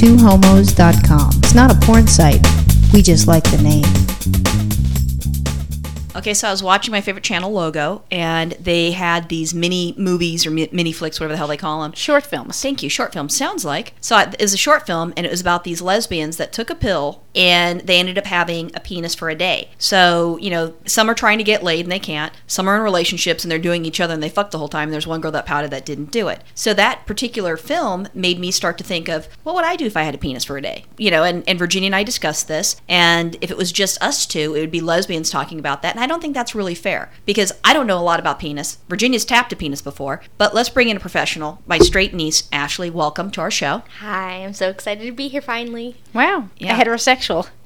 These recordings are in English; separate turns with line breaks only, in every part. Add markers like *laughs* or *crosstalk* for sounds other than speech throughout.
twohomos.com. It's not a porn site. We just like the name.
Okay, so I was watching my favorite channel logo, and they had these mini movies or mi- mini flicks, whatever the hell they call them.
Short films.
Thank you. Short film sounds like. So it was a short film, and it was about these lesbians that took a pill and they ended up having a penis for a day. So you know, some are trying to get laid and they can't. Some are in relationships and they're doing each other and they fuck the whole time. There's one girl that pouted that didn't do it. So that particular film made me start to think of what would I do if I had a penis for a day? You know, and, and Virginia and I discussed this, and if it was just us two, it would be lesbians talking about that. And I don't think that's really fair because I don't know a lot about penis. Virginia's tapped a penis before, but let's bring in a professional. My straight niece, Ashley, welcome to our show.
Hi, I'm so excited to be here finally.
Wow.
Yeah.
A heterosexual.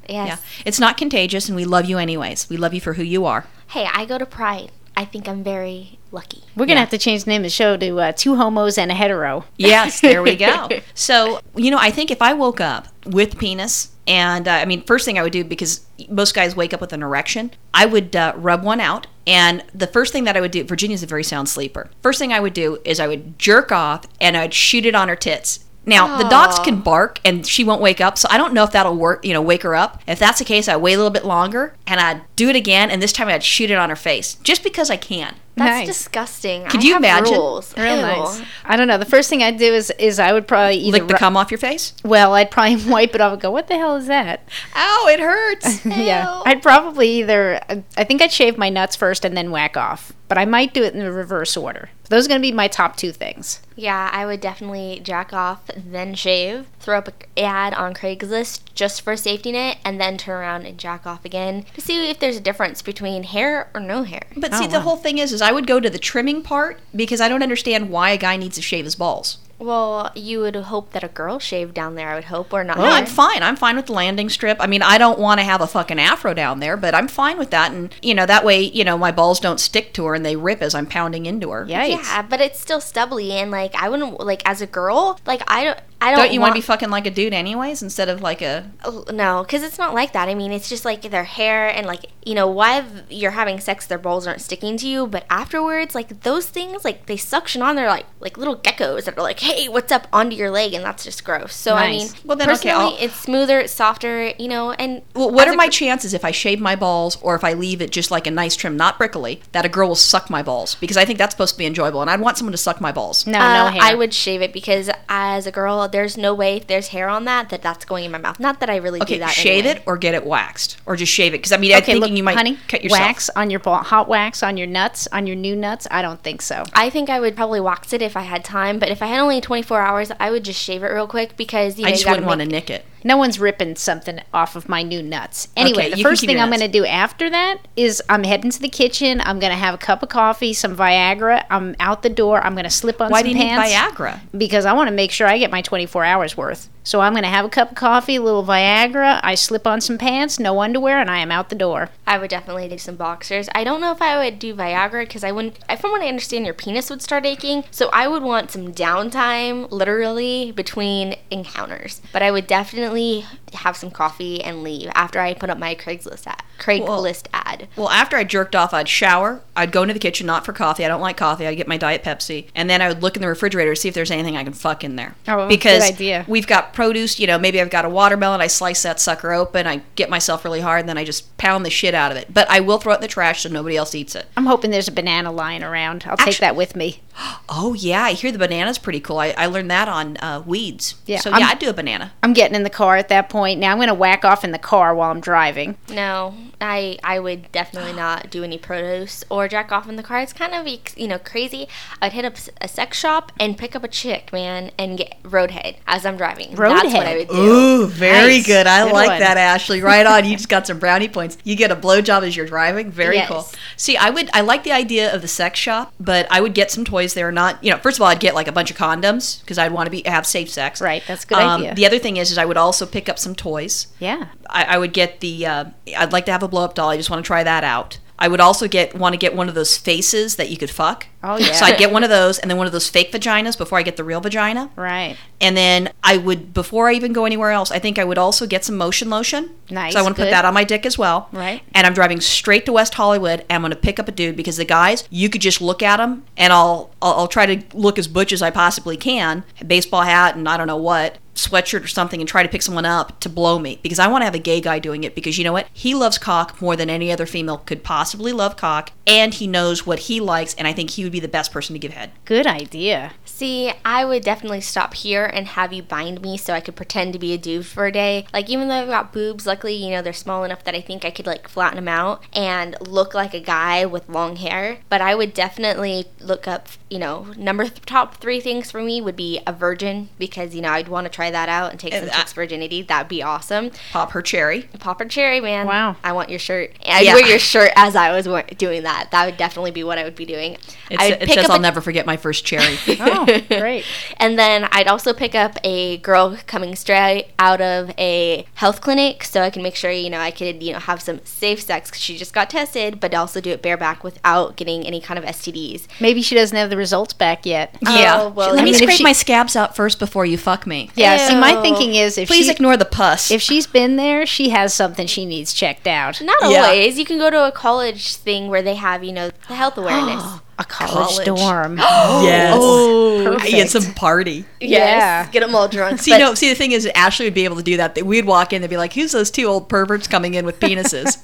Yes.
It's not contagious, and we love you anyways. We love you for who you are.
Hey, I go to Pride. I think I'm very lucky.
We're gonna have to change the name of the show to uh, Two Homos and a Hetero.
Yes, there we *laughs* go. so, you know, I think if I woke up with penis, and uh, I mean, first thing I would do, because most guys wake up with an erection, I would uh, rub one out. And the first thing that I would do, Virginia's a very sound sleeper. First thing I would do is I would jerk off and I'd shoot it on her tits. Now, the dogs can bark and she won't wake up, so I don't know if that'll work, you know, wake her up. If that's the case, I wait a little bit longer and I'd do it again, and this time I'd shoot it on her face just because I can.
That's
Nice.
disgusting.
Could
I
you
have
imagine?
Rules.
Real
Ew.
nice. I don't know. The first thing I'd do is is I would probably either
Lick the
ru-
cum off your face?
well, I'd probably *laughs* wipe it off and go, "What the hell is that?"
Ow, it *laughs* hurts.
Yeah.
Ew.
I'd probably either I- I think I'd shave my nuts first and then whack off, but I might do it in the reverse order. Those are gonna be my top two things.
Yeah, I would definitely jack off, then shave, throw up an ad on Craigslist just for a safety net, and then turn around and jack off again to see if there's a difference between hair or no hair.
But see, the whole thing is, is I would go to the trimming part because I don't understand why a guy needs to shave his balls.
Well, you would hope that a girl shaved down there, I would hope, or not.
No, Oh, I'm fine. I'm fine with the landing strip. I mean, I don't want to have a fucking afro down there, but I'm fine with that. And you know, that way, you know, my balls don't stick to her and they rip as I'm pounding into her.
Yikes.
Yeah, but it's still stubbly, and like I wouldn't like as a girl, like I don't, I don't.
Don't you want
want
to be fucking like a dude, anyways, instead of like a?
Oh, no because it's not like that i mean it's just like their hair and like you know while you're having sex their balls aren't sticking to you but afterwards like those things like they suction on they're like like little geckos that are like hey what's up onto your leg and that's just gross so i mean
Nice.
Well, then, okay,
personally
I'll-
it's smoother it's softer you know and
Well, what
as
are
a
my
gr-
chances if I shave my balls or if I leave it just like a nice trim, not prickly, that a girl will suck my balls? Because I think that's supposed to be enjoyable, and I'd want someone to suck my balls.
No,
uh,
no hair.
I would shave it because as a girl, there's no way if there's hair on that that that's going in my mouth. Not that I really do
Okay,
that.
shave
anyway.
it or get it waxed, or just shave it. Because I mean, I'm
okay,
thinking
look,
you might
honey,
cut yourself.
wax on your ball, hot wax on your nuts, on your new nuts. I don't think so.
I think I would probably wax it if I had time, but if I had only 24 hours, I would just shave it real quick because you know
I
you
just
gotta
wouldn't want
make-
to nick it.
No one's ripping something off of my new nuts. Anyway,
Okay,
the
you can
first
keep your
thing I'm
nuts.
going to do after that is I'm heading to the kitchen. I'm going to have a cup of coffee, some Viagra. I'm out the door. I'm going to slip on
Why
some
do you
pants
need Viagra?
because I want to make sure I get my 24 hours worth. So I'm going to have a cup of coffee, a little Viagra. I slip on some pants, no underwear, and I am out the door.
I would definitely do some boxers. I don't know if I would do Viagra because I wouldn't. I- From what I understand, your penis would start aching, so I would want some downtime, literally between encounters. But I would definitely have some coffee and leave after I put up my Craigslist ad. Craigslist ad.
Well, after I jerked off, I'd shower. I'd go into the kitchen, not for coffee. I don't like coffee. I'd get my Diet Pepsi. And then I would look in the refrigerator to see if there's anything I can fuck in there.
Oh,
because
good idea.
we've got produce. You know, maybe I've got a watermelon. I slice that sucker open. I get myself really hard. And then I just pound the shit out of it. But I will throw it in the trash so nobody else eats it.
I'm hoping there's a banana lying around. I'll take
Actu-
that with me.
Oh, yeah. I hear the banana's pretty cool. I, I learned that on uh, weeds.
Yeah,
So,
I'm-
yeah, I'd do a banana.
I'm getting in the car at that point. Now I'm going to whack off in the car while I'm driving.
No, I I would definitely not do any produce or jack off in the car. It's kind of e, you know crazy. I'd hit up s- a sex shop and pick up a chick, man, and get roadhead as I'm driving. That's what
Roadhead.
I would do.
Ooh, very
Nice.
good. I
Good
like
one.
that, Ashley. Right on.
*laughs*
You just got some brownie points. You get a blowjob as you're driving. Very
Yes.
cool. See, I would. I like the idea of the sex shop, but I would get some toys there. Not, you know, first of all, I'd get like a bunch of condoms because I'd want to be have safe sex. Um,
Right, that's a good idea.
The other thing is, is I would also pick up some toys.
Yeah.
I, I would get the. Uh, I'd like to have a blow up doll. I just want to try that out. I would also get want to get one of those faces that you could fuck.
Oh, yeah.
So I'd get one of those and then one of those fake vaginas before I get the real vagina.
Right.
And then I would, before I even go anywhere else, I think I would also get some motion lotion.
Nice,
So I want to put
good.
that on my dick as well.
Right.
And I'm driving straight to West Hollywood and I'm going to pick up a dude because the guys, you could just look at them and I'll, I'll, I'll try to look as butch as I possibly can, baseball hat and I don't know what, sweatshirt or something, and try to pick someone up to blow me because I want to have a gay guy doing it because you know what? He loves cock more than any other female could possibly love cock and he knows what he likes and I think he would be the best person to give head.
Good idea.
See, I would definitely stop here and have you bind me so I could pretend to be a dude for a day. Like, even though I've got boobs, luckily, you know, they're small enough that I think I could, like, flatten them out and look like a guy with long hair. But I would definitely look up, you know, number th- top three things for me would be a virgin because, you know, I'd want to try that out and take some
I-
chick's virginity. That'd be awesome.
Pop her cherry.
Pop and cherry, man.
Wow.
I want your shirt. I'd
Yeah.
wear your shirt as I was wa- doing that. That would definitely be what I would be doing.
It,
I
sa-
would
it
pick
says
up
I'll
a-
never forget my first *laughs* cherry.
Oh,
*laughs*
great.
And then I'd also pick up a girl coming straight out of a health clinic so I can make sure, you know, I could, you know, have some safe sex 'cause she just got tested, but also do it bareback without getting any kind of STDs.
Maybe she doesn't have the results back yet. Um,
Yeah.
Oh, well,
Let
I
me
mean, if
scrape
she-
my scabs out first before you fuck me.
Yeah. See, my
Ew.
thinking is if
Please
she
ignore the pus.
if she's been there, she has something she needs checked out.
Not
Yeah.
always. You can go to a college thing where they have, you know, the health awareness.
A college,
*gasps* College.
dorm.
yes.
Oh,
It's some party.
Yeah.
Get them all drunk.
See,
but-
no, see, the thing is, Ashley would be able to do that. That We'd walk in, they'd be like, who's those two old perverts coming in with *laughs* penises?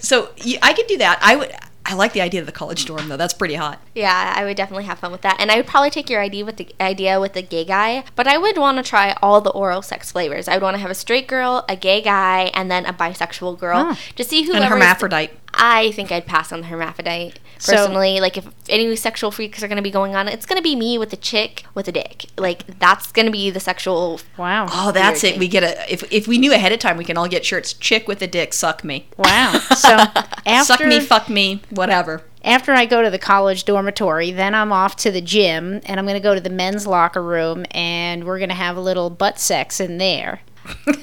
so you, I could do that. I would. I like the idea of the college dorm, though. That's pretty hot.
Yeah, I would definitely have fun with that, and I would probably take your idea with the idea with the gay guy. But I would want to try all the oral sex flavors. I would want to have a straight girl, a gay guy, and then a bisexual girl to see who.
Ah. And hermaphrodite.
I think I'd pass on the hermaphrodite
So-
personally. like if any sexual freaks are going to be going on, it's going to be me with a chick with a dick. Like that's going to be the sexual.
Wow.
Oh, that's
Weird
it. We get a. If, if we knew ahead of time, we can all get shirts. Chick with a dick, suck me.
Wow. So
*laughs*
after
suck me, fuck me, whatever.
after I go to the college dormitory, then I'm off to the gym and I'm going to go to the men's locker room and we're going to have a little butt sex in there.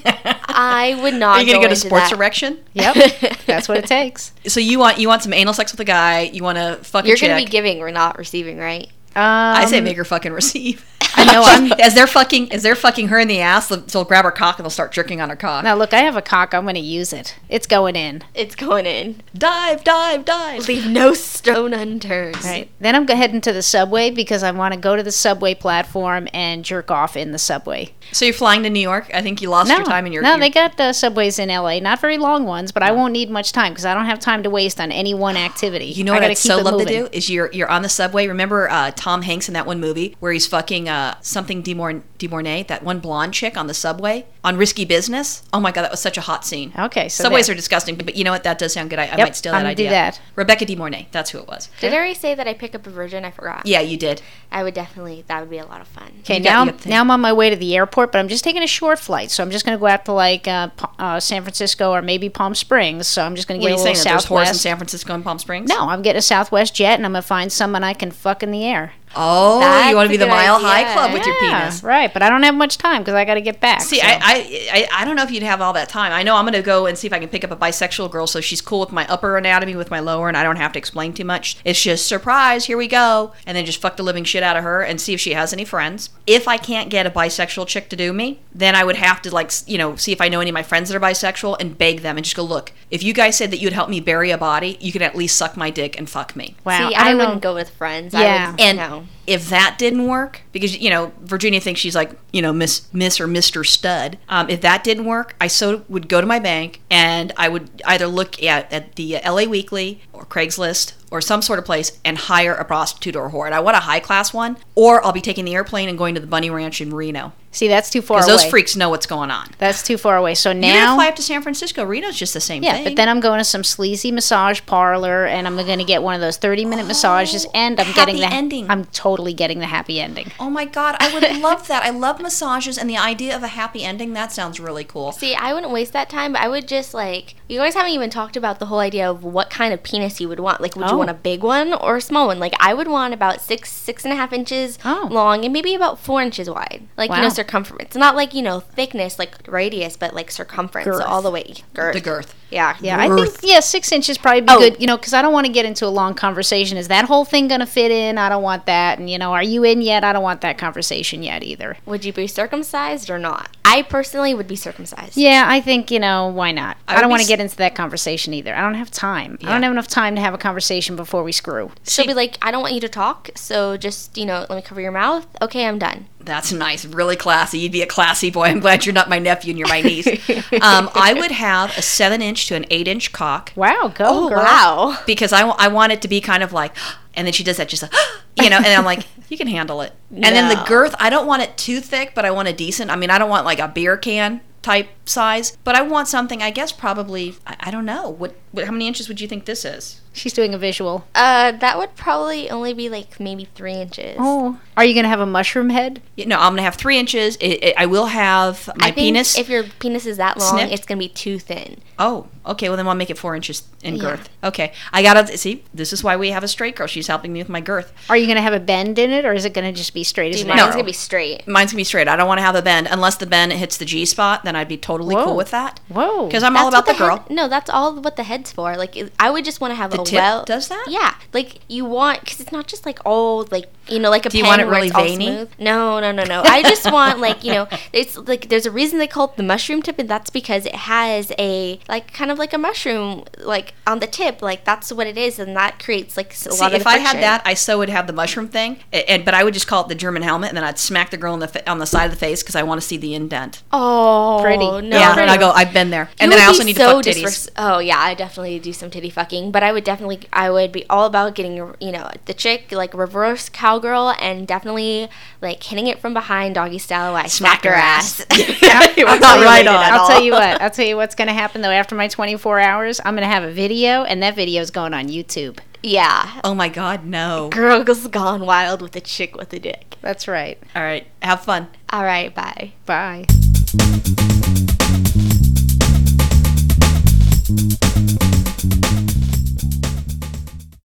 I would
*laughs*
not.
Are you going to go to
into
sports
that.
erection? *laughs*
Yep.
*laughs*
that's what it takes.
So you want you want some anal sex with a guy? You want to fuck a
You're
chick?
going to be giving or not receiving, right?
Um,
I say make her fucking receive.
*laughs* I know, I'm-
*laughs* as they're fucking as they're fucking her in the ass, they'll, they'll grab her cock and they'll start jerking on her cock.
Now look, I have a cock. I'm going to use it. It's going in.
It's going in.
Dive, dive, dive.
Leave no stone unturned.
Right. Then I'm go- heading to the subway because I want to go to the subway platform and jerk off in the subway.
So you're flying to New York. I think you lost your time in your.
no,
your-
they got uh, subways in LA. Not very long ones, but I won't need much time because I don't have time to waste on any one activity.
you know
I
what
gotta
I'd so
it
love
moving.
to do is you're you're on the subway. Remember uh, Tom Hanks in that one movie where he's fucking uh, something DeMorn DeMornay, that one blonde chick on the subway on Risky Business. Oh my god, that was such a hot scene.
Okay, so
subways
there.
are disgusting, but you know what? That does sound good. I, I
Yep,
might steal
I'm
that
gonna do
idea.
that.
Rebecca DeMornay. That's who it was.
Did I already say that I pick up a virgin? I forgot.
Yeah, you did.
I would definitely. That would be a lot of fun.
Okay,
You got-
now
you got the-
now I'm on my way to the airport, but I'm just taking a short flight, so I'm just going to go out to like uh, Pa- uh, San Francisco or maybe Palm Springs. So I'm just going to
What
get
are
a
you
little
saying? That there's whores in
Southwest.
San Francisco and Palm Springs?
No, I'm getting a Southwest jet, and I'm going to find someone I can fuck in the air.
Oh,
That's
you want to
a
be the
good
Mile
idea.
High Club with your
Yeah,
penis?
right? But I don't have much time because I got to get back.
See,
so-
I, I, I, I don't know if you'd have all that time. I know I'm going to go and see if I can pick up a bisexual girl so she's cool with my upper anatomy, with my lower, and I don't have to explain too much. It's just surprise, here we go, and then just fuck the living shit out of her and see if she has any friends. If I can't get a bisexual chick to do me, then I would have to like s- you know see if I know any of my friends that are bisexual and beg them and just go look. If you guys said that you'd help me bury a body, you could at least suck my dick and fuck me.
wow,
See,
I
I,
don't know.
wouldn't go with friends. I
Yeah.
would,
And
no.
if that didn't work, because you know Virginia thinks she's like you know Miss Miss or Mister Stud. Um, if that didn't work, I so would go to my bank and I would either look at at the LA Weekly or Craigslist or some sort of place and hire a prostitute or a whore. And I want a high class one, or I'll be taking the airplane and going to the Bunny Ranch in Reno
See, that's too far away.
because those freaks know what's going on.
That's too far away. So
You're gonna
now,
fly up to San Francisco. Reno's just the same
yeah,
thing.
but then I'm going to some sleazy massage parlor, and I'm going to get one of those 30 minute massages, and I'm getting
Oh, happy
the
ending.
I'm totally getting the happy ending.
oh my god, I
*laughs*
would love that. I love massages and the idea of a happy ending. That sounds really cool.
See, I wouldn't waste that time. But I would just like you guys haven't even talked about the whole idea of what kind of penis you would want. Like, would
Oh.
you want a big one or a small one? Like, I would want about six, six and a half inches
Oh.
long, and maybe about four inches wide. Like you
Wow.
know, circumference, not like you know thickness, like radius, but like circumference, so
Girth.
all the way girth.
The girth. Yeah.
Yeah, I think yeah, six inches probably be
Oh.
good. You know, because I don't want to get into a long conversation. Is that whole thing gonna fit in? I don't want that. And you know, are you in yet? I don't want that conversation yet either.
Would you be circumcised or not? I personally would be circumcised.
Yeah, I think you know why not. I,
would
don't
be
want to
s-
get into that conversation either. I don't have time. I don't have enough time to have a conversation before we screw.
She'll be like, I don't want you to talk, so just, you know, let me cover your mouth. Okay, I'm done.
That's nice. Really classy. You'd be a classy boy. I'm glad you're not my nephew and you're my
*laughs*
niece. um, I would have a seven inch to an eight inch cock
Wow, go
Oh,
girl.
Wow.
because I wa- I want it to be kind of like, and then she does that just, like, *gasps* you know, and I'm like, you can handle it. And then the
No.
girth, I don't want it too thick, but I want a decent. I mean, I don't want like a beer can type size, but I want something. I guess probably, I, I don't know, what, what how many inches would you think this is?
She's doing a visual.
Uh, that would probably only be like maybe three inches.
Oh, are you gonna have a mushroom head?
You know, I'm gonna have three inches. It, it, I will have my
I think
penis.
If your penis is that long,
Snipped?
it's gonna be too thin.
Oh, okay. Well, then I'll make it four inches in girth. Okay. I got to see. This is why we have a straight girl. She's helping me with my girth.
Are you gonna have a bend in it, or is it gonna just be straight as
Dude,
an
mine's
arrow?
gonna be straight.
Mine's going to be straight. I don't want to have a bend. Unless the bend hits the G spot, then I'd be totally
Whoa.
cool with that.
Whoa.
Because I'm all about
That's what
the, girl.
head- no, that's all what the head's for. Like, it- I would just want to have
The
a
tip
well.
does that?
Yeah, like you want because it's not just like all like you know like a
Do you
pen
want it
where
really
it's all
veiny?
smooth. No, no, no, no. I just want like you know *laughs* it's like there's a reason they call it the mushroom tip, and that's because it has a like kind of like a mushroom like on the tip. Like that's what it is, and that creates like s- a lot
See,
of. the
if I had
friction.
that, I so would have the mushroom thing, a- and but I would just call it the German helmet, and then I'd smack the girl on the fa- on the side of the face because I want to see the indent.
oh,
Pretty.
no,
yeah,
pretty.
and I go, I've been there, and
It
then
would
I
be
also need
so
to fuck titties.
disres- oh yeah, I definitely do some titty fucking, but I would definitely, I would be all about getting, you know, the chick like reverse cowgirl and definitely like hitting it from behind doggy style. I smack her ass.
*laughs* I'm
I'll
not
tell you-
right on. at
I'll
all. *laughs*
tell you what. I'll tell you what's going to happen though. After my 24 hours, I'm going to have a video, and that video is going on YouTube.
*laughs* yeah,
Oh my God, no!
girl has gone wild with a chick with a dick.
That's right.
All right, have fun.
All right, bye.
Bye.